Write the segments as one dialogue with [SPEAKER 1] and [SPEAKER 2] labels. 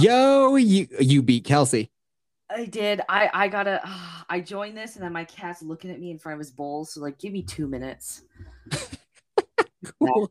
[SPEAKER 1] Yo, you you beat Kelsey.
[SPEAKER 2] I did. I I gotta. ah, I joined this, and then my cat's looking at me in front of his bowl. So like, give me two minutes.
[SPEAKER 1] Cool.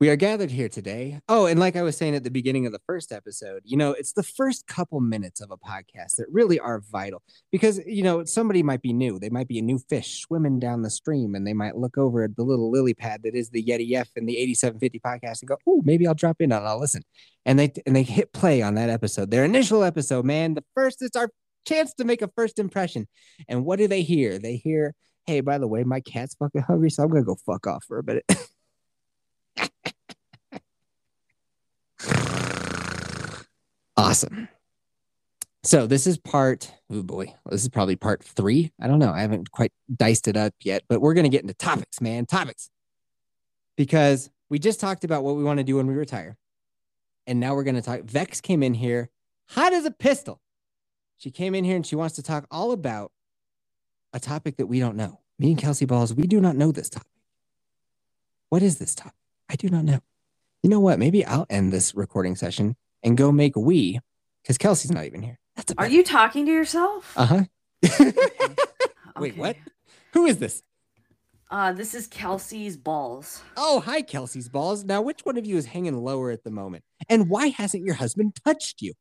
[SPEAKER 1] We are gathered here today. Oh, and like I was saying at the beginning of the first episode, you know, it's the first couple minutes of a podcast that really are vital because, you know, somebody might be new. They might be a new fish swimming down the stream and they might look over at the little lily pad that is the Yeti F and the 8750 podcast and go, oh, maybe I'll drop in and I'll listen. And they and they hit play on that episode, their initial episode, man. The first it's our chance to make a first impression. And what do they hear? They hear, hey, by the way, my cat's fucking hungry, so I'm gonna go fuck off for a minute. Awesome. So this is part, oh boy, this is probably part three. I don't know. I haven't quite diced it up yet, but we're going to get into topics, man. Topics. Because we just talked about what we want to do when we retire. And now we're going to talk. Vex came in here hot as a pistol. She came in here and she wants to talk all about a topic that we don't know. Me and Kelsey Balls, we do not know this topic. What is this topic? I do not know. You know what? Maybe I'll end this recording session and go make we because Kelsey's not even here. That's a
[SPEAKER 2] Are you talking to yourself?
[SPEAKER 1] Uh huh. Wait,
[SPEAKER 2] Okay.
[SPEAKER 1] what? Who is this?
[SPEAKER 2] Uh, this is Kelsey's balls.
[SPEAKER 1] Oh, hi, Kelsey's balls. Now, which one of you is hanging lower at the moment? And why hasn't your husband touched you?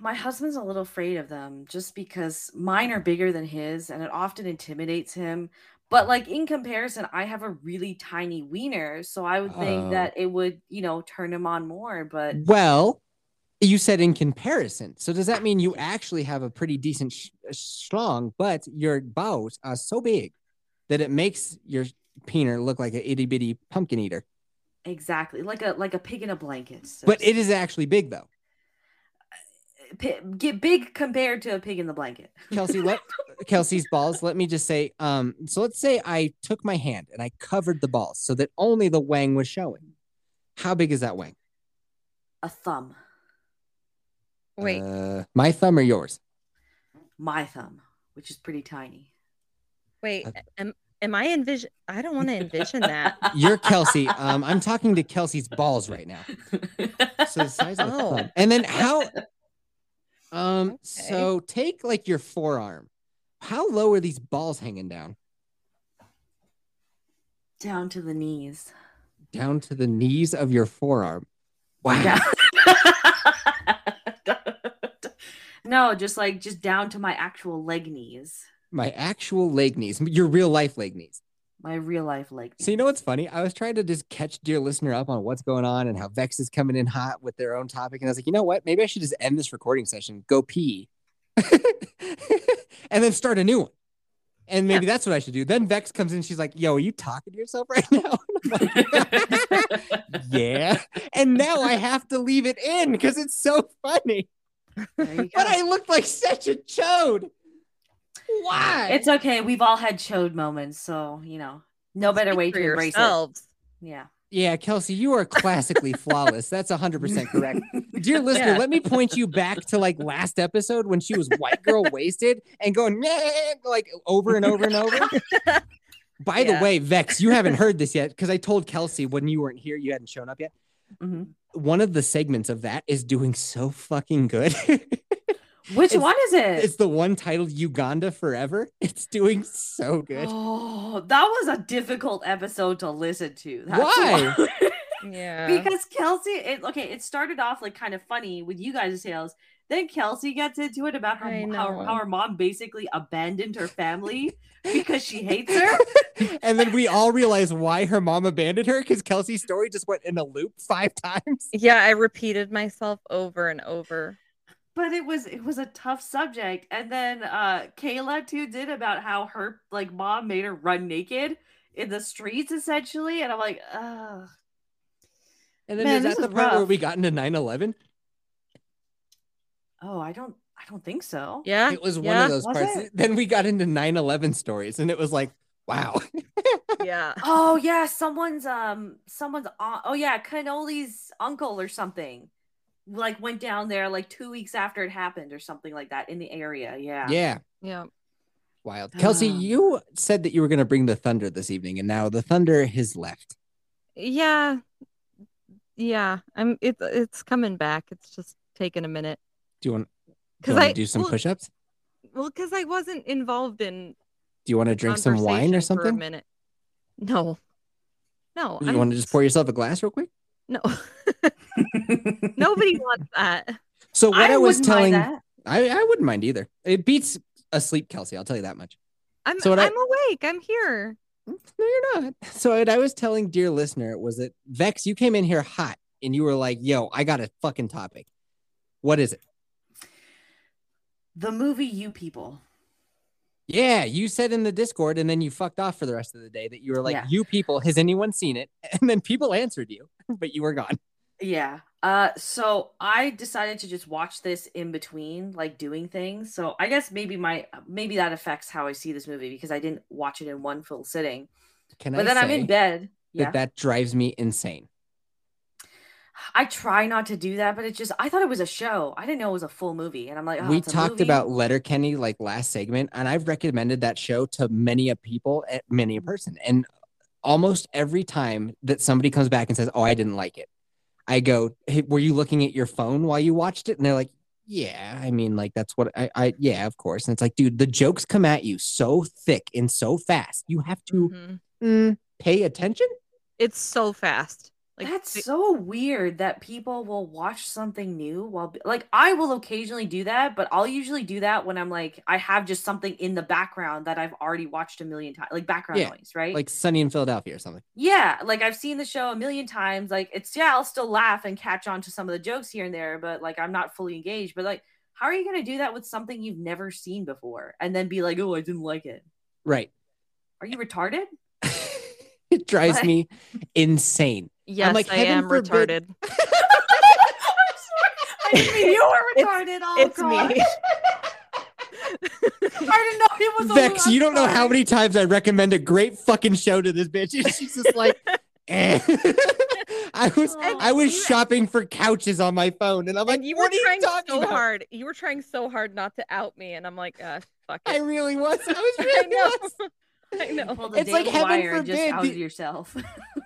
[SPEAKER 2] My husband's a little afraid of them just because mine are bigger than his and it often intimidates him. But like in comparison, I have a really tiny wiener, so I would think
[SPEAKER 1] Oh.
[SPEAKER 2] that it would, you know, turn him on more, but
[SPEAKER 1] Well, you said in comparison. So, does that mean you actually have a pretty decent sh- schlong, but your balls are so big that it makes your peener look like an itty bitty pumpkin eater?
[SPEAKER 2] exactly. Like a like a pig in a blanket. so
[SPEAKER 1] But
[SPEAKER 2] to
[SPEAKER 1] it is actually big, though.
[SPEAKER 2] pi- get big compared to a pig in the blanket.
[SPEAKER 1] Kelsey, let Kelsey's balls. Let me just say, um, so let's say I took my hand and I covered the balls so that only the wang was showing. How big is that wang?
[SPEAKER 2] A thumb.
[SPEAKER 3] Wait.
[SPEAKER 1] Uh, my thumb or yours?
[SPEAKER 2] My thumb, which is pretty tiny.
[SPEAKER 4] Wait,
[SPEAKER 1] Uh,
[SPEAKER 4] am, am I envision? I don't want to envision that.
[SPEAKER 1] You're Kelsey. Um, I'm talking to Kelsey's balls right now. So the size of a
[SPEAKER 4] Oh.
[SPEAKER 1] thumb. And then how? Um, so take like your forearm. How low are these balls hanging down?
[SPEAKER 2] Down to the knees.
[SPEAKER 1] Down to the knees of your forearm. Wow.
[SPEAKER 2] Down- no, just like just down to my actual leg knees.
[SPEAKER 1] My actual leg knees, your real life leg knees.
[SPEAKER 2] My real life leg knees.
[SPEAKER 1] So you know what's funny? I was trying to just catch dear listener up on what's going on and how Vex is coming in hot with their own topic, and I was like, you know what? Maybe I should just end this recording session, go pee, and then start a new one. And maybe that's what I should do. Then Vex comes in, she's like, "Yo, are you talking to yourself right now?" And I'm like, yeah. And now I have to leave it in because it's so funny.
[SPEAKER 2] There you
[SPEAKER 1] But
[SPEAKER 2] go.
[SPEAKER 1] I look like such a chode. Why?
[SPEAKER 2] It's okay. We've all had chode moments, so you know, no better way to
[SPEAKER 4] for
[SPEAKER 2] embrace
[SPEAKER 4] yourselves.
[SPEAKER 2] it. Yeah.
[SPEAKER 1] Yeah, Kelsey, you are classically flawless. That's 100% correct. Dear listener,
[SPEAKER 4] Yeah.
[SPEAKER 1] let me point you back to like last episode when she was white girl wasted and going "Meh," like over and over and over. By the
[SPEAKER 4] Yeah.
[SPEAKER 1] way, Vex, you haven't heard this yet because I told Kelsey when you weren't here, you hadn't shown up yet.
[SPEAKER 2] Mhm.
[SPEAKER 1] One of the segments of that is doing so fucking good.
[SPEAKER 2] Which
[SPEAKER 1] It's-
[SPEAKER 2] one is it?
[SPEAKER 1] it's the one titled Uganda Forever. It's doing so good.
[SPEAKER 2] Oh, that was a difficult episode to listen to. That's
[SPEAKER 1] Why?
[SPEAKER 4] Yeah.
[SPEAKER 2] because Kelsey, it, okay, it started off like kind of funny with you guys' tales. Then Kelsey gets into it about her,
[SPEAKER 4] I
[SPEAKER 2] how,
[SPEAKER 4] know.
[SPEAKER 2] how her mom basically abandoned her family because she hates her.
[SPEAKER 1] and then we all realize why her mom abandoned her because Kelsey's story just went in a loop five times.
[SPEAKER 4] yeah, I repeated myself over and over.
[SPEAKER 2] But it was it was a tough subject. And then uh Kayla too did about how her like mom made her run naked in the streets essentially. And I'm like, ugh.
[SPEAKER 1] And then
[SPEAKER 2] Man,
[SPEAKER 1] is
[SPEAKER 2] this
[SPEAKER 1] that the
[SPEAKER 2] is
[SPEAKER 1] part where
[SPEAKER 2] rough.
[SPEAKER 1] we got into 9-11?
[SPEAKER 2] Oh, I don't I don't think so.
[SPEAKER 4] Yeah.
[SPEAKER 1] It was one
[SPEAKER 4] Ah, yeah,
[SPEAKER 1] of those
[SPEAKER 2] Was
[SPEAKER 1] parts.
[SPEAKER 2] it?
[SPEAKER 1] Then we got into 9-11 stories and it was like, wow.
[SPEAKER 4] Yeah.
[SPEAKER 2] Oh yeah, someone's um someone's au- oh yeah, Cannoli's uncle or something. Like went down there like two weeks after it happened or something like that in the area. Yeah.
[SPEAKER 1] Yeah,
[SPEAKER 4] Yeah.
[SPEAKER 1] wild. Kelsey,
[SPEAKER 2] Um.
[SPEAKER 1] you said that you were going to bring the thunder this evening and now the thunder has left.
[SPEAKER 4] Yeah. Yeah. I'm it, it's coming back. It's just taking a minute.
[SPEAKER 1] Do you want, do, you
[SPEAKER 4] 'Cause
[SPEAKER 1] want
[SPEAKER 4] I-
[SPEAKER 1] to do some
[SPEAKER 4] well-
[SPEAKER 1] push-ups?
[SPEAKER 4] Well, because I wasn't involved in
[SPEAKER 1] Do you want to drink some wine or
[SPEAKER 4] conversation For a
[SPEAKER 1] something?
[SPEAKER 4] minute. No. No.
[SPEAKER 1] You
[SPEAKER 4] I'm-
[SPEAKER 1] want to just pour yourself a glass real quick?
[SPEAKER 4] No. Nobody wants that.
[SPEAKER 1] So what I, was
[SPEAKER 2] wouldn't
[SPEAKER 1] telling,
[SPEAKER 2] mind that.
[SPEAKER 1] I, I wouldn't mind either. It beats asleep, Kelsey. I'll tell you that much.
[SPEAKER 4] I'm
[SPEAKER 1] So what I-
[SPEAKER 4] I'm awake. I'm here.
[SPEAKER 1] No, you're not. So what I was telling dear listener was that Vex, you came in here hot and you were like, yo, I got a fucking topic. What is it?
[SPEAKER 2] the movie You People.
[SPEAKER 1] Yeah, you said in the Discord and then you fucked off for the rest of the day that you were like,
[SPEAKER 2] Yeah.
[SPEAKER 1] you people, has anyone seen it? And then people answered you, but you were gone.
[SPEAKER 2] Yeah. Uh so I decided to just watch this in between like doing things. So I guess maybe my maybe that affects how I see this movie because I didn't watch it in one full sitting.
[SPEAKER 1] Can
[SPEAKER 2] but
[SPEAKER 1] I
[SPEAKER 2] then
[SPEAKER 1] say
[SPEAKER 2] I'm in bed.
[SPEAKER 1] that
[SPEAKER 2] Yeah.
[SPEAKER 1] that drives me insane?
[SPEAKER 2] I try not to do that, but it's just I thought it was a show. I didn't know it was a full movie, and I'm like, oh,
[SPEAKER 1] we
[SPEAKER 2] it's a
[SPEAKER 1] talked
[SPEAKER 2] movie?
[SPEAKER 1] about Letterkenny like last segment, and I've recommended that show to many a people, eh, many
[SPEAKER 2] Mm-hmm.
[SPEAKER 1] a person, and almost every time that somebody comes back and says, "Oh, I didn't like it," I go, "Hey, "Were you looking at your phone while you watched it?" And they're like, "Yeah, I mean, like that's what I, I yeah, of course." And it's like, dude, the jokes come at you so thick and so fast, you have
[SPEAKER 2] Mm-hmm.
[SPEAKER 1] to
[SPEAKER 4] Mhm.
[SPEAKER 1] mm, pay attention.
[SPEAKER 4] It's so fast. Like
[SPEAKER 2] That's
[SPEAKER 4] they-
[SPEAKER 2] so weird that people will watch something new while like I will occasionally do that, but I'll usually do that when I'm like I have just something in the background that I've already watched a million times, like background
[SPEAKER 1] Yeah,
[SPEAKER 2] noise, right?
[SPEAKER 1] Like Sunny in Philadelphia or something.
[SPEAKER 2] yeah, like I've seen the show a million times. Like it's yeah, I'll still laugh and catch on to some of the jokes here and there, but like I'm not fully engaged. But like, how are you gonna do that with something you've never seen before and then be like, oh, I didn't like it?
[SPEAKER 1] Right.
[SPEAKER 2] Are you retarded?
[SPEAKER 1] it drives
[SPEAKER 2] What?
[SPEAKER 1] me insane.
[SPEAKER 4] yes,
[SPEAKER 1] like,
[SPEAKER 4] I
[SPEAKER 1] heaven
[SPEAKER 4] am
[SPEAKER 1] forbid-
[SPEAKER 4] retarded.
[SPEAKER 2] I'm sorry. I didn't mean you were
[SPEAKER 4] It's-
[SPEAKER 2] retarded. oh,
[SPEAKER 4] it's
[SPEAKER 2] God.
[SPEAKER 4] me.
[SPEAKER 2] I didn't know it was
[SPEAKER 1] Vex,
[SPEAKER 2] a
[SPEAKER 1] you don't know how
[SPEAKER 2] sorry.
[SPEAKER 1] many times I recommend a great fucking show to this bitch. And she's just like, eh. I was
[SPEAKER 2] And
[SPEAKER 1] I was
[SPEAKER 4] you-
[SPEAKER 1] shopping for couches on my phone, and I'm like,
[SPEAKER 4] and you were
[SPEAKER 1] what are
[SPEAKER 4] trying
[SPEAKER 1] you talking
[SPEAKER 4] so
[SPEAKER 1] about?
[SPEAKER 4] hard. You were trying so hard not to out me, and I'm like, uh, fuck
[SPEAKER 1] I
[SPEAKER 4] it.
[SPEAKER 1] really was. I was
[SPEAKER 4] I
[SPEAKER 1] really
[SPEAKER 4] know.
[SPEAKER 1] was.
[SPEAKER 4] I know.
[SPEAKER 2] Pull the
[SPEAKER 1] It's like
[SPEAKER 2] Daily
[SPEAKER 1] heaven
[SPEAKER 2] wire and just
[SPEAKER 1] forbid
[SPEAKER 2] out
[SPEAKER 1] the-
[SPEAKER 2] yourself.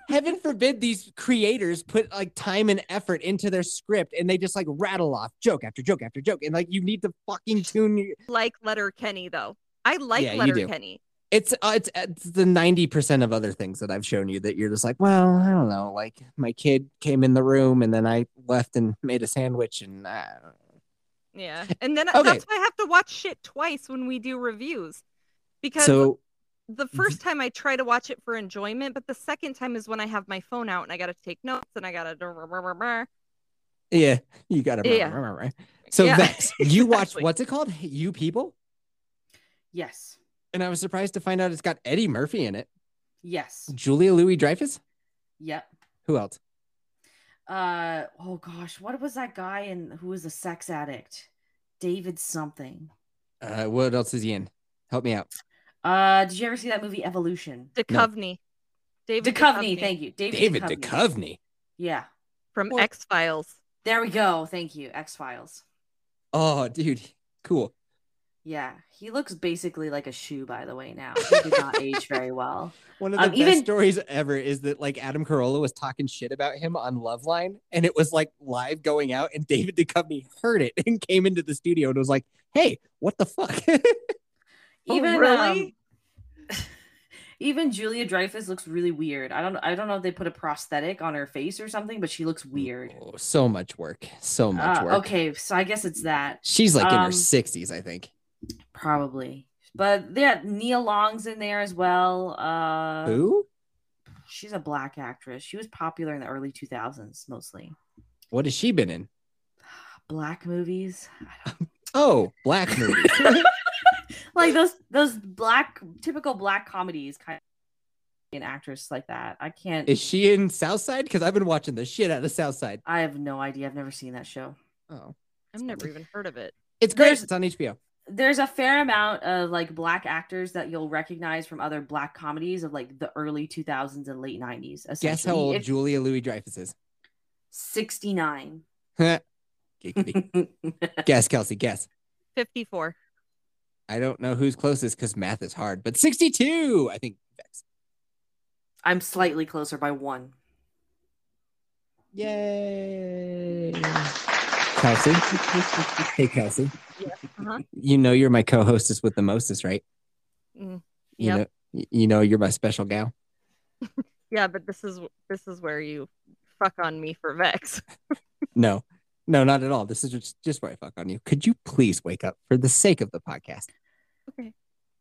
[SPEAKER 1] Heaven forbid these creators put like time and effort into their script, and they just like rattle off joke after joke after joke, and like you need to fucking tune. Your...
[SPEAKER 4] like Letter Kenny though. I like
[SPEAKER 1] Yeah, you do.
[SPEAKER 4] Letter Kenny.
[SPEAKER 1] It's uh, it's it's the ninety percent of other things that I've shown you that you're just like, well, I don't know. Like my kid came in the room, and then I left and made a sandwich, and uh, I don't know.
[SPEAKER 4] Yeah. And then
[SPEAKER 1] Okay.
[SPEAKER 4] that's why I have to watch shit twice when we do reviews. Because
[SPEAKER 1] so mm-hmm.
[SPEAKER 4] the first time I try to watch it for enjoyment, but the second time is when I have my phone out and I got to take notes and I got to.
[SPEAKER 1] yeah, you got to
[SPEAKER 4] Yeah.
[SPEAKER 1] remember. So
[SPEAKER 4] Yeah,
[SPEAKER 1] Vex, you watch
[SPEAKER 4] exactly.
[SPEAKER 1] what's it called? You people,
[SPEAKER 2] yes.
[SPEAKER 1] and I was surprised to find out it's got Eddie Murphy in it,
[SPEAKER 2] Yes.
[SPEAKER 1] Julia Louis Dreyfus.
[SPEAKER 2] Yep.
[SPEAKER 1] Who else?
[SPEAKER 2] Uh oh gosh, what was that guy and who was a sex addict? David something.
[SPEAKER 1] Uh, what else is he in? Help me out.
[SPEAKER 2] Uh did you ever see that movie Evolution?
[SPEAKER 4] Duchovny. David
[SPEAKER 2] Duchovny, thank you. David,
[SPEAKER 1] David
[SPEAKER 2] Duchovny.
[SPEAKER 1] Duchovny.
[SPEAKER 2] Yeah.
[SPEAKER 4] From
[SPEAKER 1] Well-
[SPEAKER 4] X Files.
[SPEAKER 2] There we go. Thank you. X-Files.
[SPEAKER 1] Oh, dude, cool.
[SPEAKER 2] Yeah. He looks basically like a shoe by the way now. He did not age very well.
[SPEAKER 1] One of the
[SPEAKER 2] Um,
[SPEAKER 1] best
[SPEAKER 2] even-
[SPEAKER 1] stories ever is that like Adam Carolla was talking shit about him on Loveline, and it was like live going out, and David Duchovny heard it and came into the studio and was like, "Hey, what the fuck?"
[SPEAKER 4] Oh,
[SPEAKER 2] Even
[SPEAKER 4] really?
[SPEAKER 2] um, even Julia Dreyfus looks really weird. I don't I don't know if they put a prosthetic on her face or something, but she looks weird.
[SPEAKER 1] Oh, so much work. So much
[SPEAKER 2] Uh,
[SPEAKER 1] work.
[SPEAKER 2] okay, so I guess it's that.
[SPEAKER 1] She's like in her
[SPEAKER 2] Um,
[SPEAKER 1] 60s, I think.
[SPEAKER 2] Probably. But yeah, Nia Long's in there as well. Uh,
[SPEAKER 1] Who?
[SPEAKER 2] She's a black actress. She was popular in the early 2000s mostly.
[SPEAKER 1] What has she been in?
[SPEAKER 2] Black movies.
[SPEAKER 1] Oh, black movie.
[SPEAKER 2] Like those those black typical black comedies kind an actress like that. I can't.
[SPEAKER 1] Is she in Southside? Because I've been watching the shit out of Southside.
[SPEAKER 2] I have no idea. I've never seen that show.
[SPEAKER 1] Oh,
[SPEAKER 4] I've never even heard of it.
[SPEAKER 1] it's great.
[SPEAKER 2] There's-
[SPEAKER 1] It's on HBO.
[SPEAKER 2] There's a fair amount of like black actors that you'll recognize from other black comedies of like the early 2000s and late 90s.
[SPEAKER 1] Guess how
[SPEAKER 2] essentially.
[SPEAKER 1] old
[SPEAKER 2] If-
[SPEAKER 1] Julia Louis Dreyfus is.
[SPEAKER 2] 69.
[SPEAKER 1] Giggity. guess, Kelsey. Guess.
[SPEAKER 4] 54.
[SPEAKER 1] I don't know who's closest because math is hard, but 62, I think. Vex.
[SPEAKER 2] I'm slightly closer by one.
[SPEAKER 1] Yay. Kelsey. hey, Kelsey.
[SPEAKER 4] Yeah, uh-huh.
[SPEAKER 1] You know you're my co hostess with the mostest, right?
[SPEAKER 4] Mm,
[SPEAKER 1] You
[SPEAKER 4] Yep.
[SPEAKER 1] know, you know you're my special gal.
[SPEAKER 4] Yeah, but this is this is where you fuck on me for Vex.
[SPEAKER 1] No, no, not at all. This is just, just where I fuck on you. Could you please wake up for the sake of the podcast?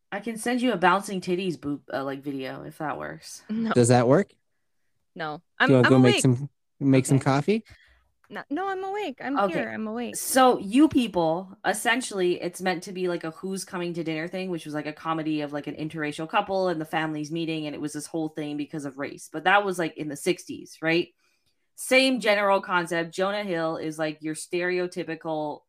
[SPEAKER 2] I can send you a bouncing titties boop uh, like video if that works.
[SPEAKER 4] No,
[SPEAKER 1] Does that work?
[SPEAKER 4] no. Oh. I'm,
[SPEAKER 1] Do you
[SPEAKER 4] I'm
[SPEAKER 1] want to go
[SPEAKER 4] awake.
[SPEAKER 1] make some make some
[SPEAKER 2] Okay.
[SPEAKER 1] coffee?
[SPEAKER 4] no, no, I'm awake. I'm
[SPEAKER 2] Okay.
[SPEAKER 4] here. I'm awake.
[SPEAKER 2] So you people, essentially, it's meant to be like a who's coming to dinner thing, which was like a comedy of like an interracial couple and the families meeting, and it was this whole thing because of race. But that was like in the '60s, right? Same general concept. Jonah Hill is like your stereotypical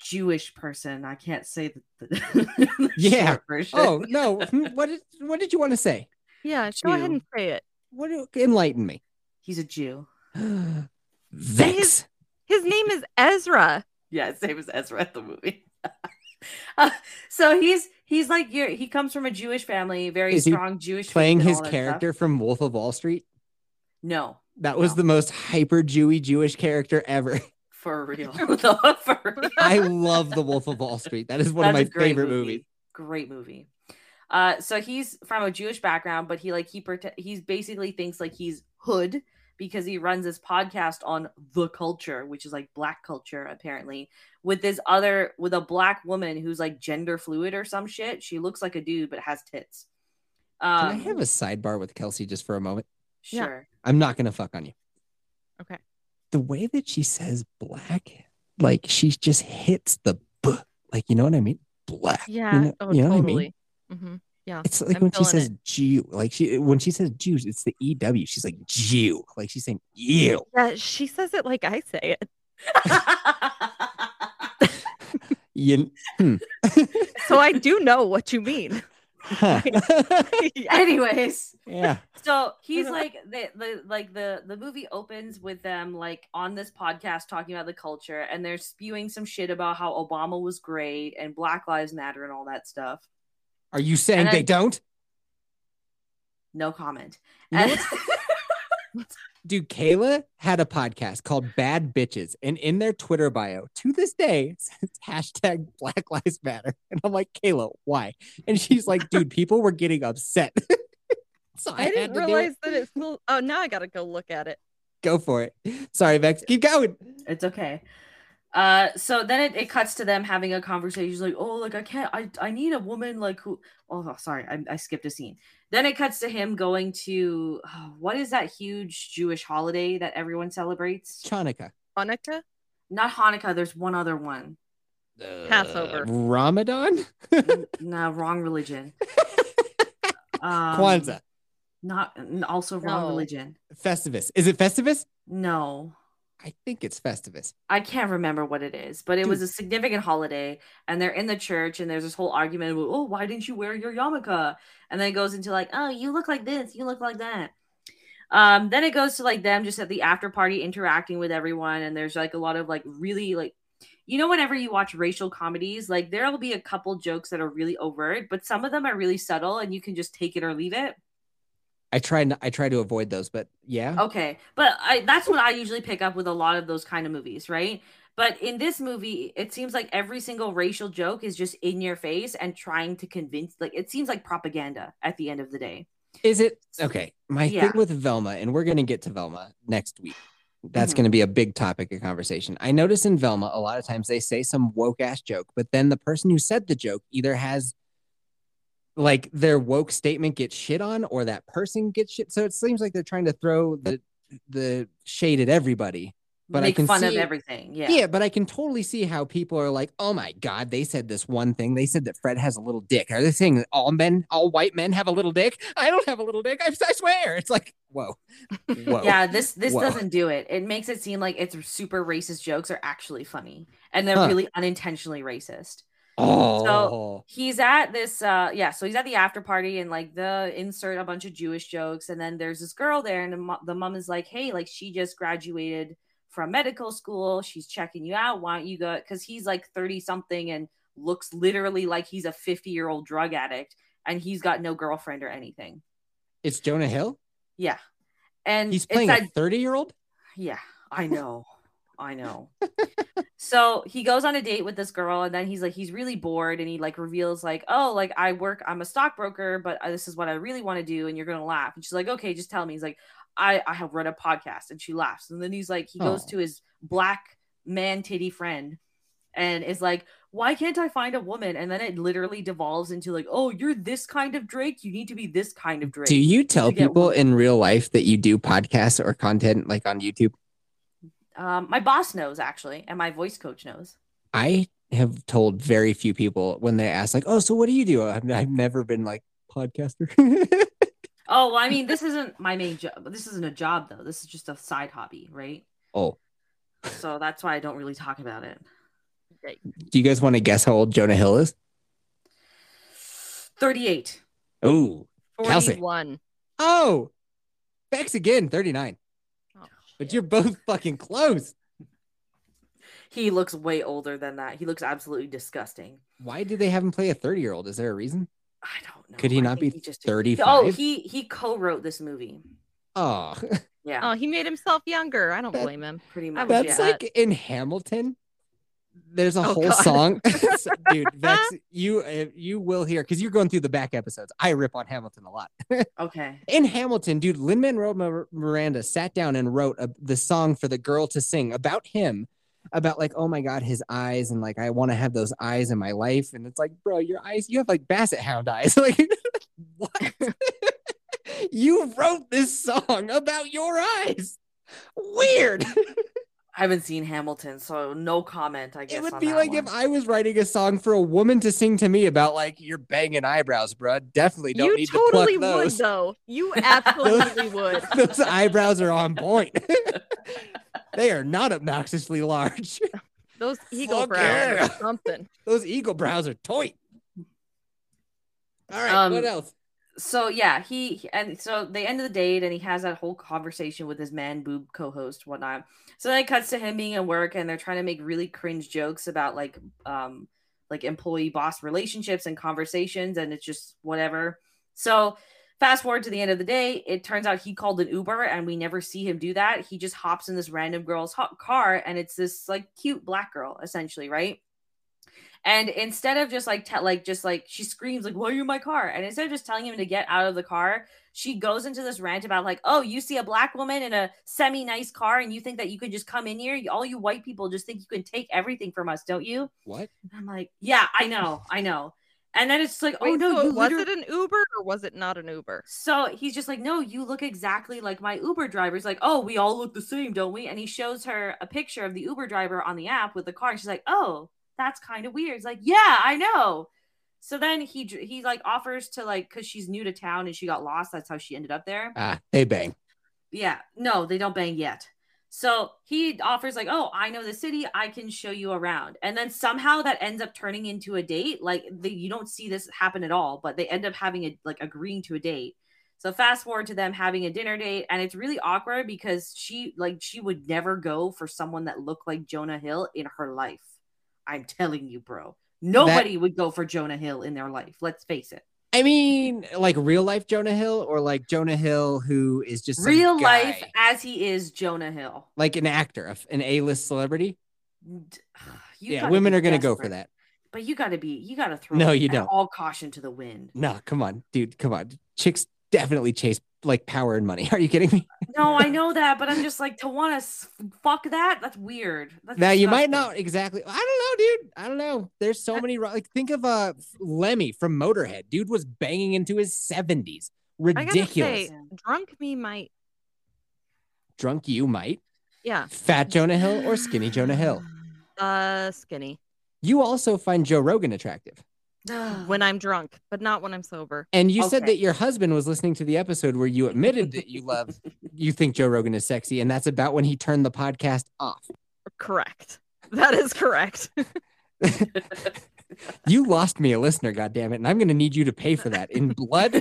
[SPEAKER 2] Jewish person. I can't say the, the, the
[SPEAKER 1] Yeah.
[SPEAKER 2] short version.
[SPEAKER 1] Oh no! Hmm, what did what did you want to say?
[SPEAKER 4] Yeah, go ahead
[SPEAKER 2] Two.
[SPEAKER 4] and say it.
[SPEAKER 1] What do- enlighten me?
[SPEAKER 2] he's a Jew.
[SPEAKER 1] Vex.
[SPEAKER 4] His name is Ezra.
[SPEAKER 2] Yeah, same as Ezra at the movie. Uh, so he's he's like your he comes from a Jewish family, very
[SPEAKER 1] Is he
[SPEAKER 2] strong Jewish. faith
[SPEAKER 1] Playing
[SPEAKER 2] and
[SPEAKER 1] his
[SPEAKER 2] all that
[SPEAKER 1] character
[SPEAKER 2] stuff.
[SPEAKER 1] from Wolf of Wall Street.
[SPEAKER 2] No,
[SPEAKER 1] That was
[SPEAKER 2] No.
[SPEAKER 1] the most hyper Jewy Jewish character ever.
[SPEAKER 2] for real. No, for real.
[SPEAKER 1] I love The Wolf of Wall Street. That is one
[SPEAKER 2] That's a
[SPEAKER 1] of my
[SPEAKER 2] great
[SPEAKER 1] favorite
[SPEAKER 2] movie.
[SPEAKER 1] movies.
[SPEAKER 2] Great movie. Uh, so he's from a Jewish background, but he like he prote- he's basically thinks like he's hood because he runs this podcast on the culture, which is like black culture apparently, with this other with a black woman who's like gender fluid or some shit. She looks like a dude but has tits.
[SPEAKER 1] Can
[SPEAKER 2] Um,
[SPEAKER 1] I have a sidebar with Kelsey just for a moment?
[SPEAKER 4] Yeah.
[SPEAKER 2] sure.
[SPEAKER 1] I'm not gonna fuck on you.
[SPEAKER 4] Okay.
[SPEAKER 1] The way that she says black, like she just hits the b, like you know what I mean? Black. You
[SPEAKER 4] Yeah.
[SPEAKER 1] know-
[SPEAKER 4] oh,
[SPEAKER 1] you know what I mean?
[SPEAKER 4] totally. hmm Yeah.
[SPEAKER 1] It's like
[SPEAKER 4] I'm
[SPEAKER 1] when she
[SPEAKER 4] feeling
[SPEAKER 1] says Jew, like she when she says Jews, it's the EW. She's like Jew, like she's saying ew.
[SPEAKER 4] Yeah, she says it like I say it.
[SPEAKER 1] You, hmm,
[SPEAKER 4] So I do know what you mean.
[SPEAKER 1] huh.
[SPEAKER 4] Yeah.
[SPEAKER 2] Anyways,
[SPEAKER 1] yeah.
[SPEAKER 2] so he's like the, the like the the movie opens with them like on this podcast talking about the culture and they're spewing some shit about how Obama was great and Black Lives Matter and all that stuff.
[SPEAKER 1] Are you saying
[SPEAKER 2] And I-
[SPEAKER 1] they don't?
[SPEAKER 2] No comment.
[SPEAKER 1] You know
[SPEAKER 2] And-
[SPEAKER 1] what's- Dude, Kayla had a podcast called Bad Bitches, and in their Twitter bio to this day says hashtag Black Lives Matter. And I'm like, Kayla, why? And she's like, dude, people were getting upset. so I,
[SPEAKER 4] I
[SPEAKER 1] had
[SPEAKER 4] didn't
[SPEAKER 1] to do it.
[SPEAKER 4] realize that it's still. Oh, now I gotta go look at it.
[SPEAKER 1] Go for it. Sorry, Vex. Keep going.
[SPEAKER 2] it's okay. Uh, so then it, it cuts to them having a conversation like, oh, like I can't, I, I need a woman like who, oh, sorry, I, I skipped a scene. Then it cuts to him going to oh, what is that huge Jewish holiday that everyone celebrates?
[SPEAKER 1] Chanukah.
[SPEAKER 4] Hanukkah.
[SPEAKER 2] Not Hanukkah. There's one other one.
[SPEAKER 4] Passover.
[SPEAKER 1] Ramadan.
[SPEAKER 2] N- no, wrong religion. Um,
[SPEAKER 1] Kwanzaa.
[SPEAKER 2] Not n- also wrong
[SPEAKER 4] No.
[SPEAKER 2] religion.
[SPEAKER 1] Festivus. Is it Festivus?
[SPEAKER 2] No.
[SPEAKER 1] I think it's Festivus.
[SPEAKER 2] I can't remember what it is, but it was a significant holiday, and they're in the church, and there's this whole argument about, oh, why didn't you wear your yarmulke? And then it goes into like, oh, you look like this, you look like that. Um, then it goes to like them just at the after party interacting with everyone, and there's like a lot of like really like, you know, whenever you watch racial comedies, like there will be a couple jokes that are really overt, but some of them are really subtle, and you can just take it or leave it.
[SPEAKER 1] I try not, I try to avoid those, but yeah.
[SPEAKER 2] Okay, but I that's what I usually pick up with a lot of those kind of movies, right? But in this movie, it seems like every single racial joke is just in your face and trying to convince like it seems like propaganda at the end of the day.
[SPEAKER 1] Is it okay? My
[SPEAKER 2] Yeah.
[SPEAKER 1] thing with Velma, and we're gonna get to Velma next week. That's
[SPEAKER 2] Mhm.
[SPEAKER 1] gonna be a big topic of conversation. I notice in Velma, a lot of times they say some woke ass joke, but then the person who said the joke either has like their woke statement gets shit on, or that person gets shit. So it seems like they're trying to throw the the shade at everybody But I
[SPEAKER 2] make
[SPEAKER 1] can
[SPEAKER 2] fun of
[SPEAKER 1] see-
[SPEAKER 2] everything. Yeah.
[SPEAKER 1] Yeah. but I can totally see how people are like, oh my God, they said this one thing. They said that Fred has a little dick. Are they saying that all men, all white men have a little dick? I don't have a little dick. I, I swear. It's like, whoa. Whoa.
[SPEAKER 2] Yeah, this this
[SPEAKER 1] Whoa.
[SPEAKER 2] doesn't do it. It makes it seem like it's super racist jokes are actually funny and they're
[SPEAKER 1] Huh.
[SPEAKER 2] really unintentionally racist.
[SPEAKER 1] Oh.
[SPEAKER 2] He's at this uh yeah, so he's at the after party and like the insert a bunch of Jewish jokes and then there's this girl there and the, mo- the mom is like, "Hey, like she just graduated from medical school. She's checking you out. Why don't you go cuz he's like 30 something and looks literally like he's a 50-year-old drug addict and he's got no girlfriend or anything."
[SPEAKER 1] it's Jonah Hill.
[SPEAKER 2] Yeah. And
[SPEAKER 1] He's
[SPEAKER 2] it's
[SPEAKER 1] playing
[SPEAKER 2] that
[SPEAKER 1] a 30 year old.
[SPEAKER 2] yeah, I know. I know. so he goes on a date with this girl and then he's like he's really bored and he like reveals like, "Oh, like I work I'm a stockbroker, but I- this is what I really want to do and you're going to laugh." And she's like, "Okay, just tell me." He's like, "I I have run a podcast." And she laughs. And then he's like he goes
[SPEAKER 1] Oh.
[SPEAKER 2] to his black man titty friend and is like, "Why can't I find a woman?" And then it literally devolves into like, "Oh, you're this kind of Drake. You need to be this kind of Drake."
[SPEAKER 1] Do you tell
[SPEAKER 2] to get
[SPEAKER 1] people
[SPEAKER 2] one.
[SPEAKER 1] in real life that you do podcasts or content like on YouTube?
[SPEAKER 2] um, my boss knows actually, and my voice coach knows.
[SPEAKER 1] I have told very few people when they ask, like, oh, so what do you do? I've, I've never been like, podcaster.
[SPEAKER 2] Oh, well, I mean, this isn't my main job. This isn't a job though. This is just a side hobby, right?
[SPEAKER 1] oh,
[SPEAKER 2] So that's why I don't really talk about it.
[SPEAKER 1] do you guys want to guess how old Jonah Hill is?
[SPEAKER 2] 38.
[SPEAKER 1] Oh, Kelsey.
[SPEAKER 4] 41.
[SPEAKER 1] Oh, Bex again, 39.
[SPEAKER 4] Oh,
[SPEAKER 1] But you're both fucking close.
[SPEAKER 2] He looks way older than that. He looks absolutely disgusting.
[SPEAKER 1] Why do they have him play a 30 year old? Is there a reason?
[SPEAKER 2] I don't know.
[SPEAKER 1] Could he
[SPEAKER 2] I
[SPEAKER 1] not
[SPEAKER 2] think
[SPEAKER 1] be
[SPEAKER 2] just
[SPEAKER 1] 35?
[SPEAKER 2] Oh, he he co-wrote this movie.
[SPEAKER 1] Oh,
[SPEAKER 2] Yeah,
[SPEAKER 4] Oh, he made himself younger. I don't
[SPEAKER 1] That-
[SPEAKER 4] blame him.
[SPEAKER 2] pretty
[SPEAKER 4] Oh, I
[SPEAKER 2] much.
[SPEAKER 4] would
[SPEAKER 1] that's
[SPEAKER 4] yeah.
[SPEAKER 1] like in Hamilton. There's a
[SPEAKER 4] Oh,
[SPEAKER 1] whole
[SPEAKER 4] God.
[SPEAKER 1] song, So, dude. Vex, you uh, you will hear because you're going through the back episodes. I rip on Hamilton a lot.
[SPEAKER 2] yeah. Okay.
[SPEAKER 1] In Hamilton, dude, Lin Manuel Miranda sat down and wrote a, the song for the girl to sing about him, about like, oh my god, his eyes, and like, I want to have those eyes in my life. And it's like, bro, your eyes, you have like basset hound eyes. Like, what? you wrote this song about your eyes. Weird.
[SPEAKER 2] I haven't seen Hamilton, so no comment. I guess
[SPEAKER 1] It would
[SPEAKER 2] on
[SPEAKER 1] be
[SPEAKER 2] that
[SPEAKER 1] like if
[SPEAKER 2] one.
[SPEAKER 1] I was writing a song for a woman to sing to me about like your banging eyebrows, bro. Definitely don't
[SPEAKER 4] You
[SPEAKER 1] need
[SPEAKER 4] totally
[SPEAKER 1] to pluck
[SPEAKER 4] would,
[SPEAKER 1] those.
[SPEAKER 4] though. You absolutely would.
[SPEAKER 1] Those eyebrows are on point. they are not obnoxiously large.
[SPEAKER 4] Those eagle
[SPEAKER 1] Fuck
[SPEAKER 4] brows
[SPEAKER 1] yeah.
[SPEAKER 4] or something.
[SPEAKER 1] Those eagle brows are tight. All right,
[SPEAKER 2] Um,
[SPEAKER 1] what else?
[SPEAKER 2] so yeah he he- and so they end of the date and he has that whole conversation with his man boob co-host whatnot so then it cuts to him being at work and they're trying to make really cringe jokes about like um like employee boss relationships and conversations and it's just whatever so fast forward to the end of the day it turns out he called an uber and we never see him do that he just hops in this random girl's ho- car and it's this like cute black girl essentially right and instead of just like te- like just like she screams like why are you in my car and instead of just telling him to get out of the car she goes into this rant about like oh you see a black woman in a semi nice car and you think that you could just come in here all you white people just think you can take everything from us don't you
[SPEAKER 1] What?
[SPEAKER 2] and i'm like yeah i know i know and then it's just like oh
[SPEAKER 4] Wait,
[SPEAKER 2] no
[SPEAKER 4] so
[SPEAKER 2] you
[SPEAKER 4] was
[SPEAKER 2] liter-
[SPEAKER 4] it an Uber or was it not an Uber?
[SPEAKER 2] so he's just like, no, you look exactly like my Uber driver. He's like, oh, we all look the same, don't we? And he shows her a picture of the Uber driver on the app with the car. And she's like, oh, that's kind of weird. It's like, yeah, I know. So then he dr- he like offers to like because she's new to town and she got lost. That's how she ended up there.
[SPEAKER 1] Ah, they bang.
[SPEAKER 2] Yeah, no, they don't bang yet. So he offers like, "Oh, I know the city. I can show you around." And then somehow that ends up turning into a date. Like the, you don't see this happen at all, but they end up having a like agreeing to a date. So fast forward to them having a dinner date, and it's really awkward because she like she would never go for someone that looked like Jonah Hill in her life. I'm telling you, bro. Nobody would go for Jonah Hill in their life. Let's face it.
[SPEAKER 1] I mean, like real life Jonah Hill or like Jonah Hill who is just some
[SPEAKER 2] Real
[SPEAKER 1] guy?
[SPEAKER 2] life as he is Jonah Hill.
[SPEAKER 1] like an actor, a f- an A list celebrity.
[SPEAKER 2] D- You
[SPEAKER 1] Yeah,
[SPEAKER 2] gotta
[SPEAKER 1] women
[SPEAKER 2] be
[SPEAKER 1] are going to go for
[SPEAKER 2] desperate.
[SPEAKER 1] that.
[SPEAKER 2] But you gotta be, you gotta throw.
[SPEAKER 1] No,
[SPEAKER 2] it
[SPEAKER 1] you
[SPEAKER 2] at
[SPEAKER 1] don't.
[SPEAKER 2] All caution to the wind.
[SPEAKER 1] No, come on, dude. Come on. Chicks definitely chase like power and money. Are you kidding me?
[SPEAKER 2] No, I know that, but I'm just like to want to fuck that. That's weird. That's
[SPEAKER 1] Now you might
[SPEAKER 2] disgusting.
[SPEAKER 1] not exactly. I don't know, dude. I don't know. There's so many. ro- Like think of uh Lemmy from Motorhead. Dude was banging into his seventies.
[SPEAKER 4] I gotta
[SPEAKER 1] Ridiculous.
[SPEAKER 4] say, drunk me might.
[SPEAKER 1] Drunk you might.
[SPEAKER 4] Yeah.
[SPEAKER 1] Fat Jonah Hill or skinny Jonah Hill?
[SPEAKER 4] Uh, skinny
[SPEAKER 1] You also find Joe Rogan attractive.
[SPEAKER 4] when I'm drunk, but not when I'm sober.
[SPEAKER 1] And you said
[SPEAKER 2] Okay.
[SPEAKER 1] that your husband was listening to the episode where you admitted that you love, you think Joe Rogan is sexy. And that's about when he turned the podcast off.
[SPEAKER 4] Correct. That is correct.
[SPEAKER 1] You lost me a listener, goddammit. And I'm going to need you to pay for that in blood.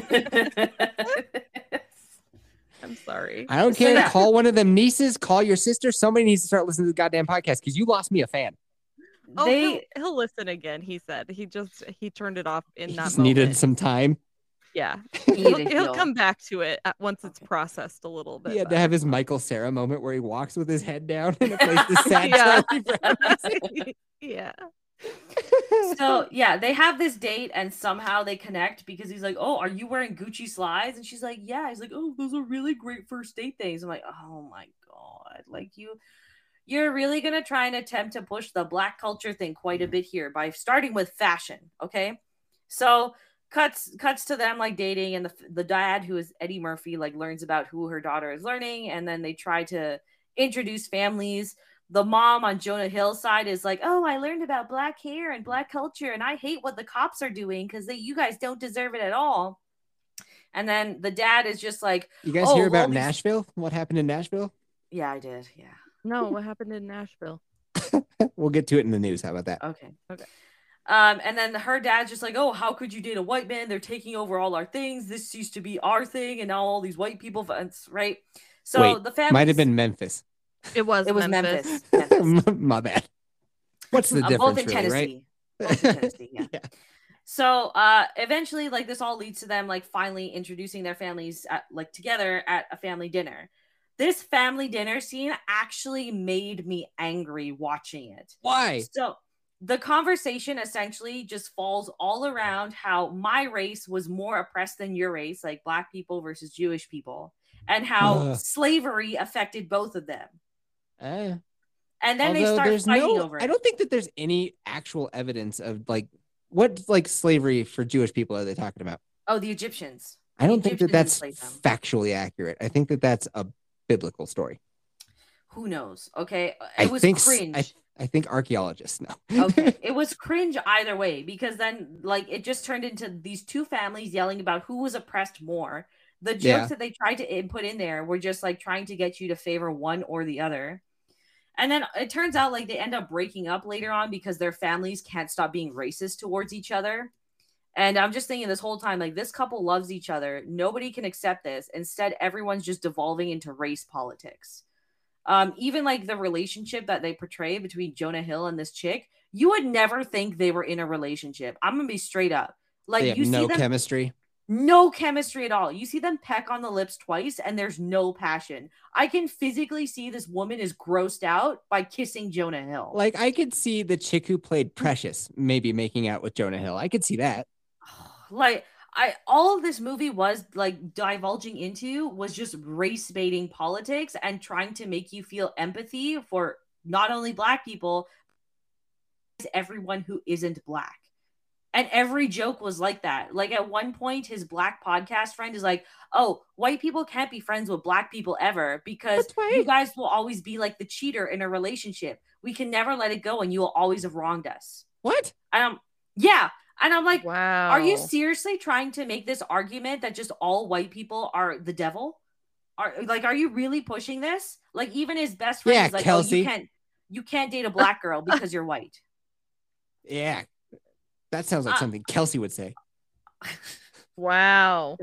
[SPEAKER 4] I'm sorry.
[SPEAKER 1] I don't
[SPEAKER 2] Say
[SPEAKER 1] care.
[SPEAKER 2] that.
[SPEAKER 1] Call one of them nieces, call your sister. Somebody needs to start listening to the goddamn podcast because you lost me a fan.
[SPEAKER 4] Oh,
[SPEAKER 2] they
[SPEAKER 4] he'll, he'll listen again. He said he just he turned it off in
[SPEAKER 1] He
[SPEAKER 4] that
[SPEAKER 1] just
[SPEAKER 4] moment.
[SPEAKER 1] needed some time.
[SPEAKER 4] Yeah,
[SPEAKER 2] need
[SPEAKER 4] he'll,
[SPEAKER 2] to
[SPEAKER 4] he'll
[SPEAKER 2] heal.
[SPEAKER 4] come back to it at, once it's
[SPEAKER 2] Okay.
[SPEAKER 4] processed a little bit.
[SPEAKER 1] He had to
[SPEAKER 4] better.
[SPEAKER 1] have his Michael Sarah moment where he walks with his head down and plays the sad
[SPEAKER 4] Yeah.
[SPEAKER 1] Charlie Brown.
[SPEAKER 4] yeah.
[SPEAKER 2] So yeah, they have this date and somehow they connect because he's like, "Oh, are you wearing Gucci slides?" And she's like, "Yeah." He's like, "Oh, those are really great first date things." I'm like, "Oh my god!" Like you, you're really gonna try and attempt to push the black culture thing quite a bit here by starting with fashion, okay? So cuts cuts to them like dating and the the dad who is Eddie Murphy like learns about who her daughter is learning and then they try to introduce families the mom on Jonah Hill's side is like, "Oh, I learned about black hair and black culture, and I hate what the cops are doing because you guys don't deserve it at all." And then the dad is just like,
[SPEAKER 1] You guys
[SPEAKER 2] Oh,
[SPEAKER 1] hear about
[SPEAKER 2] all these-
[SPEAKER 1] Nashville? What happened in Nashville?
[SPEAKER 2] "Yeah, I did. Yeah,
[SPEAKER 4] No, what happened in Nashville?
[SPEAKER 1] We'll get to it in the news. How about that?
[SPEAKER 2] okay,
[SPEAKER 4] Okay.
[SPEAKER 2] Um, and then her dad's just like, "Oh, how could you date a white man? They're taking over all our things. This used to be our thing, and now all these white people." That's right. So
[SPEAKER 1] Wait,
[SPEAKER 2] the family
[SPEAKER 1] Might have been Memphis.
[SPEAKER 4] It was
[SPEAKER 2] It was
[SPEAKER 4] Memphis.
[SPEAKER 2] Memphis. Memphis.
[SPEAKER 1] My bad. What's the
[SPEAKER 2] Uh,
[SPEAKER 1] difference?
[SPEAKER 2] both in
[SPEAKER 1] really,
[SPEAKER 2] Tennessee.
[SPEAKER 1] right?
[SPEAKER 2] Both in Tennessee, yeah.
[SPEAKER 1] Yeah.
[SPEAKER 2] So uh, eventually, like this all leads to them like finally introducing their families at, like together at a family dinner. This family dinner scene actually made me angry watching it.
[SPEAKER 1] Why?
[SPEAKER 2] So the conversation essentially just falls all around how my race was more oppressed than your race, like black people versus Jewish people, and how
[SPEAKER 1] Ugh.
[SPEAKER 2] slavery affected both of them.
[SPEAKER 1] Uh,
[SPEAKER 2] And then
[SPEAKER 1] although
[SPEAKER 2] they start
[SPEAKER 1] there's
[SPEAKER 2] fighting
[SPEAKER 1] no,
[SPEAKER 2] over it.
[SPEAKER 1] I don't think that there's any actual evidence of like what like slavery for Jewish people are they talking about?
[SPEAKER 2] oh, the Egyptians.
[SPEAKER 1] I don't think that that's
[SPEAKER 2] Egyptians enslaved them.
[SPEAKER 1] factually accurate. I think that that's a biblical story.
[SPEAKER 2] Who knows? Okay. Uh, It
[SPEAKER 1] I
[SPEAKER 2] was
[SPEAKER 1] think s-
[SPEAKER 2] cringe.
[SPEAKER 1] I think archaeologists know.
[SPEAKER 2] okay it was cringe either way because then like it just turned into these two families yelling about who was oppressed more the jokes
[SPEAKER 1] Yeah.
[SPEAKER 2] that they tried to input in there were just like trying to get you to favor one or the other and then it turns out like they end up breaking up later on because their families can't stop being racist towards each other and i'm just thinking this whole time like this couple loves each other nobody can accept this instead everyone's just devolving into race politics um, even like the relationship that they portray between Jonah Hill and this chick, you would never think they were in a relationship. I'm gonna be straight up. Like
[SPEAKER 1] they have
[SPEAKER 2] you see
[SPEAKER 1] no
[SPEAKER 2] them,
[SPEAKER 1] chemistry.
[SPEAKER 2] no chemistry at all. You see them peck on the lips twice, and there's no passion. I can physically see this woman is grossed out by kissing Jonah Hill.
[SPEAKER 1] Like I could see the chick who played Precious maybe making out with Jonah Hill. I could see that.
[SPEAKER 2] like I all of this movie was like divulging into was just race baiting politics and trying to make you feel empathy for not only black people but everyone who isn't black. And every joke was like that. Like at one point his black podcast friend is like, "Oh, white people can't be friends with black people ever because
[SPEAKER 1] That's right.
[SPEAKER 2] you guys will always be like the cheater in a relationship. We can never let it go and you will always have wronged us."
[SPEAKER 1] What?
[SPEAKER 2] And I'm yeah, and I'm like
[SPEAKER 4] Wow.
[SPEAKER 2] are you seriously trying to make this argument that just all white people are the devil? Are like, are you really pushing this? Like, even his best friend
[SPEAKER 1] Yeah,
[SPEAKER 2] is like, oh,
[SPEAKER 1] Kelsey. Uh,
[SPEAKER 2] you can't, you can't date a black girl because you're white.
[SPEAKER 1] Yeah. That sounds like
[SPEAKER 2] Uh,
[SPEAKER 1] something Kelsey would say.
[SPEAKER 4] Wow.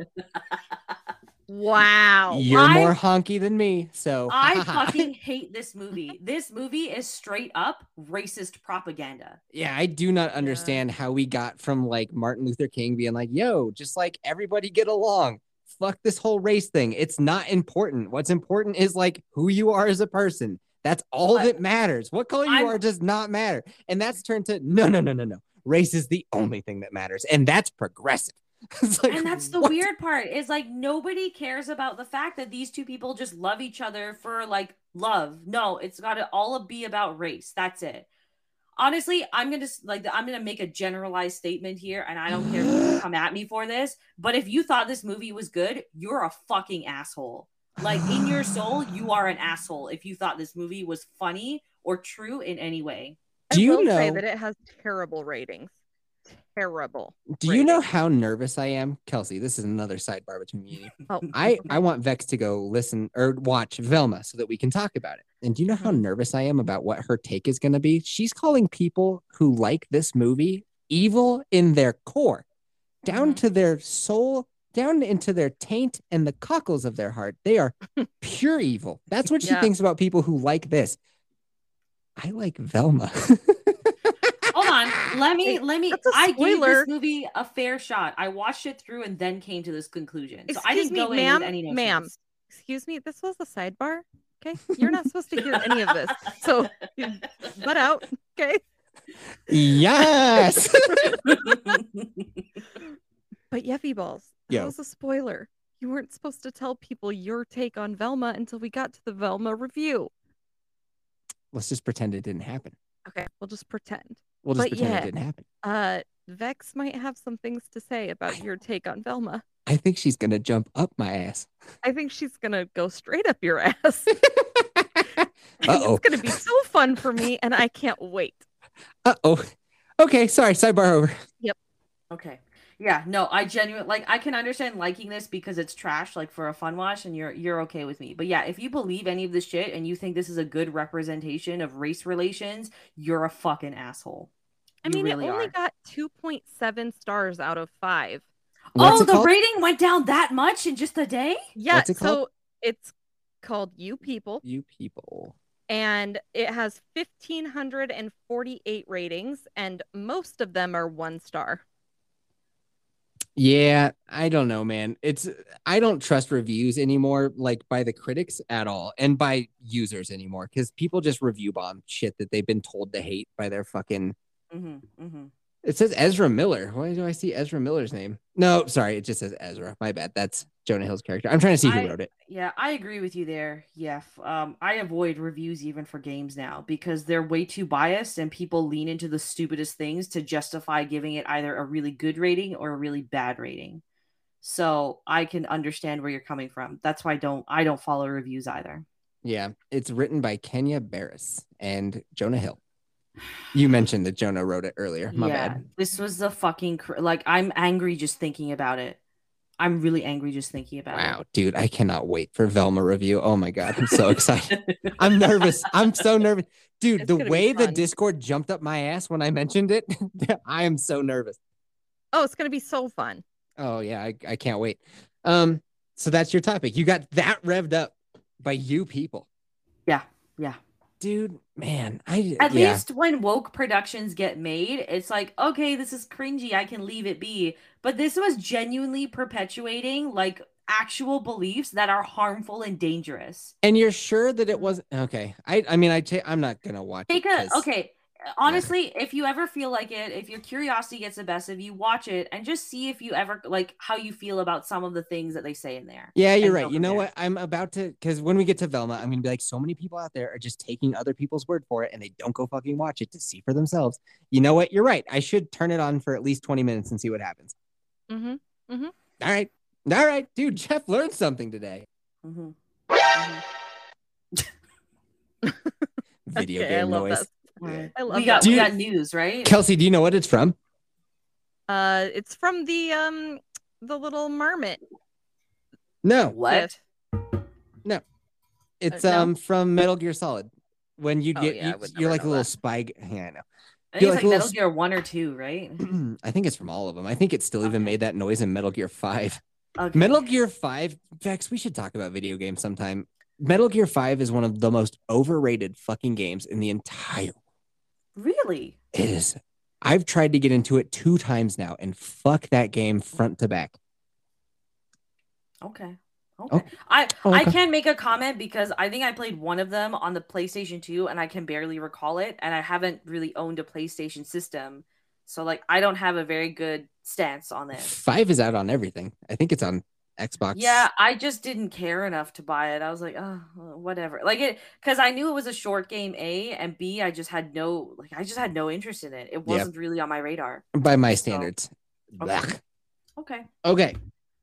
[SPEAKER 4] wow.
[SPEAKER 1] You're
[SPEAKER 2] uh, I-
[SPEAKER 1] more honky than me, so
[SPEAKER 2] I fucking hate this movie. This movie is straight up racist propaganda.
[SPEAKER 1] yeah. I do not understand how we got from like Martin Luther King being like, "Yo, just like everybody get along." Fuck this whole race thing. It's not important. What's important is like who you are as a person. That's all
[SPEAKER 2] I-
[SPEAKER 1] that matters. What color you
[SPEAKER 2] I'm-
[SPEAKER 1] are does not matter. And that's turned to no, no, no, no, no. Race is the only thing that matters, and that's progressive. It's like,
[SPEAKER 2] and that's the
[SPEAKER 1] what?
[SPEAKER 2] weird part is like nobody cares about the fact that these two people just love each other for like love no it's got to all be about race that's it honestly i'm gonna s- like i'm gonna make a generalized statement here and i don't care if you come at me for this but if you thought this movie was good you're a fucking asshole Like in your soul, you are an asshole if you thought this movie was funny or true in any way.
[SPEAKER 1] Do you
[SPEAKER 4] I will say
[SPEAKER 1] know-
[SPEAKER 4] that it has terrible ratings? Terrible.
[SPEAKER 1] Do you know how nervous I am, Kelsey? This is another sidebar between me and you.
[SPEAKER 4] Oh,
[SPEAKER 1] I, I want Vex to go listen or watch Velma so that we can talk about it. And do you know how
[SPEAKER 4] Hmm.
[SPEAKER 1] nervous I am about what her take is going to be? She's calling people who like this movie evil in their core, down
[SPEAKER 4] Mhm.
[SPEAKER 1] to their soul, down into their taint and the cockles of their heart. They are pure evil. That's what she
[SPEAKER 4] Yeah.
[SPEAKER 1] thinks about people who like this. I like Velma.
[SPEAKER 2] Hold on, let me
[SPEAKER 4] Wait,
[SPEAKER 2] let me.
[SPEAKER 4] that's a
[SPEAKER 2] I gave
[SPEAKER 4] spoiler.
[SPEAKER 2] this movie a fair shot. I watched it through and then came to this conclusion. So I
[SPEAKER 4] Excuse
[SPEAKER 2] didn't
[SPEAKER 4] me,
[SPEAKER 2] go in
[SPEAKER 4] ma'am,
[SPEAKER 2] with any notions.
[SPEAKER 4] ma'am. Excuse me, this was a sidebar. Okay. You're not supposed to hear any of this. So butt out. Okay.
[SPEAKER 1] yes.
[SPEAKER 4] But Yeffy Balls,
[SPEAKER 1] Yo.
[SPEAKER 4] that was a spoiler. You weren't supposed to tell people your take on Velma until we got to the Velma review.
[SPEAKER 1] Let's just pretend it didn't happen.
[SPEAKER 4] Okay. We'll just pretend.
[SPEAKER 1] We'll just
[SPEAKER 4] But
[SPEAKER 1] pretend
[SPEAKER 4] yeah.
[SPEAKER 1] it didn't happen.
[SPEAKER 4] Uh Vex might have some things to say
[SPEAKER 1] I-
[SPEAKER 4] about your take on Velma.
[SPEAKER 1] I think she's gonna jump up my ass.
[SPEAKER 4] I think she's gonna go straight up your ass.
[SPEAKER 1] Uh-oh.
[SPEAKER 4] it's gonna be so fun for me, and I can't wait.
[SPEAKER 1] Uh oh. Okay, sorry, sidebar over.
[SPEAKER 2] Okay. Yeah, no, I genuinely like I can understand liking this because it's trash, like for a fun watch, and you're you're okay with me. But yeah, if you believe any of this shit and you think this is a good representation of race relations, you're a fucking asshole.
[SPEAKER 4] I
[SPEAKER 2] You
[SPEAKER 4] mean,
[SPEAKER 2] really
[SPEAKER 4] it only
[SPEAKER 2] are.
[SPEAKER 4] got 2.7 stars out of five.
[SPEAKER 1] What's
[SPEAKER 2] oh,
[SPEAKER 1] it
[SPEAKER 2] the
[SPEAKER 1] called?
[SPEAKER 2] rating went down that much in just a day?
[SPEAKER 4] Yeah,
[SPEAKER 1] What's it called?
[SPEAKER 4] so it's called You People,
[SPEAKER 1] you people.
[SPEAKER 4] and it has 1,548 ratings, and most of them are one star.
[SPEAKER 1] Yeah, I don't know, man. It's I don't trust reviews anymore, like by the critics at all, and by users anymore, because people just review bomb shit that they've been told to hate by their fucking.
[SPEAKER 2] hmm
[SPEAKER 4] Mm-hmm,
[SPEAKER 2] hmm
[SPEAKER 1] It says Ezra Miller. Why do I see Ezra Miller's name? No, sorry, it just says Ezra. My bad. That's Jonah Hill's character. I'm trying to see who
[SPEAKER 2] I-
[SPEAKER 1] wrote it.
[SPEAKER 2] Yeah, I agree with you there. Yeah, f- um, I avoid reviews even for games now because they're way too biased and people lean into the stupidest things to justify giving it either a really good rating or a really bad rating. So I can understand where you're coming from. That's why I don't I don't follow reviews either.
[SPEAKER 1] Yeah, it's written by Kenya Barris and Jonah Hill. You mentioned that Jonah wrote it earlier. My
[SPEAKER 2] yeah,
[SPEAKER 1] bad.
[SPEAKER 2] this was the fucking cr- like I'm angry just thinking about it. I'm really angry just thinking about
[SPEAKER 1] Wow, dude, I cannot wait for Velma review. Oh my god, I'm so excited. I'm nervous. I'm so nervous. Dude,
[SPEAKER 4] It's
[SPEAKER 1] the
[SPEAKER 4] gonna be
[SPEAKER 1] way the
[SPEAKER 4] fun.
[SPEAKER 1] Discord jumped up my ass when I mentioned it, I am so nervous.
[SPEAKER 4] Oh, it's going to be so fun.
[SPEAKER 1] Oh yeah, I, I can't wait. Um, so that's your topic. You got that revved up by you people.
[SPEAKER 2] Yeah, yeah.
[SPEAKER 1] Dude, man, I
[SPEAKER 2] At
[SPEAKER 1] yeah.
[SPEAKER 2] least when woke productions get made, it's like, okay, this is cringy. I can leave it be. But this was genuinely perpetuating like actual beliefs that are harmful and dangerous.
[SPEAKER 1] And you're sure that it wasn't okay. I I mean I ta- I'm not gonna watch
[SPEAKER 2] Take
[SPEAKER 1] it
[SPEAKER 2] a
[SPEAKER 1] 'cause-
[SPEAKER 2] okay. Honestly, if you ever feel like it, if your curiosity gets the best of you, watch it and just see if you ever like how you feel about some of the things that they say in there.
[SPEAKER 1] Yeah, you're
[SPEAKER 2] and
[SPEAKER 1] right.
[SPEAKER 2] go
[SPEAKER 1] You
[SPEAKER 2] from
[SPEAKER 1] know
[SPEAKER 2] there.
[SPEAKER 1] what? I'm about to because when we get to Velma, I'm gonna be like, so many people out there are just taking other people's word for it and they don't go fucking watch it to see for themselves. You know what? You're right. I should turn it on for at least 20 minutes and see what happens.
[SPEAKER 4] hmm
[SPEAKER 1] All right. All right, dude. Jeff learned something today.
[SPEAKER 2] Mhm.
[SPEAKER 1] Video
[SPEAKER 4] I
[SPEAKER 1] game
[SPEAKER 4] love
[SPEAKER 1] noise.
[SPEAKER 2] Mhm.
[SPEAKER 4] I love
[SPEAKER 2] We got
[SPEAKER 1] that.
[SPEAKER 2] we
[SPEAKER 1] Dude.
[SPEAKER 2] got news, right?
[SPEAKER 1] Kelsey, do you know what it's from?
[SPEAKER 4] that. Uh, it's from the um the little marmot.
[SPEAKER 1] No,
[SPEAKER 2] What?
[SPEAKER 1] it's
[SPEAKER 4] Uh, no.
[SPEAKER 1] um from Metal Gear Solid. When you'd
[SPEAKER 4] Oh,
[SPEAKER 1] get
[SPEAKER 4] yeah, I
[SPEAKER 1] you,
[SPEAKER 4] would
[SPEAKER 1] you're
[SPEAKER 4] never
[SPEAKER 1] like a
[SPEAKER 4] know
[SPEAKER 1] little
[SPEAKER 4] that.
[SPEAKER 1] spy. g- Yeah, I know.
[SPEAKER 2] I
[SPEAKER 1] You're
[SPEAKER 2] think
[SPEAKER 1] like
[SPEAKER 2] it's like
[SPEAKER 1] a little
[SPEAKER 2] Metal
[SPEAKER 1] s-
[SPEAKER 2] Gear One or two, right?
[SPEAKER 1] I think it's from all of them. I think it still even
[SPEAKER 2] Okay.
[SPEAKER 1] made that noise in Metal Gear 5.
[SPEAKER 2] Okay.
[SPEAKER 1] Metal Gear 5, Vex, we should talk about video games sometime. Metal Gear 5 is one of the most overrated fucking games in the entire
[SPEAKER 2] Really?
[SPEAKER 1] It is. I've tried to get into it two times now and fuck that game front to back.
[SPEAKER 2] Okay. Okay. I
[SPEAKER 1] Oh,
[SPEAKER 2] I
[SPEAKER 1] okay.
[SPEAKER 2] can make a comment because I think I played one of them on the PlayStation 2 and I can barely recall it and I haven't really owned a PlayStation system. So like I don't have a very good stance on this.
[SPEAKER 1] 5 is out on everything. I think it's on Xbox.
[SPEAKER 2] Yeah, I just didn't care enough to buy it. I was like, oh, whatever. Like it because I knew it was a short game A and B I just had no like I just had no interest in it. It wasn't really on my radar.
[SPEAKER 1] By my standards.
[SPEAKER 2] Okay.
[SPEAKER 1] Okay.
[SPEAKER 2] Okay.
[SPEAKER 1] okay.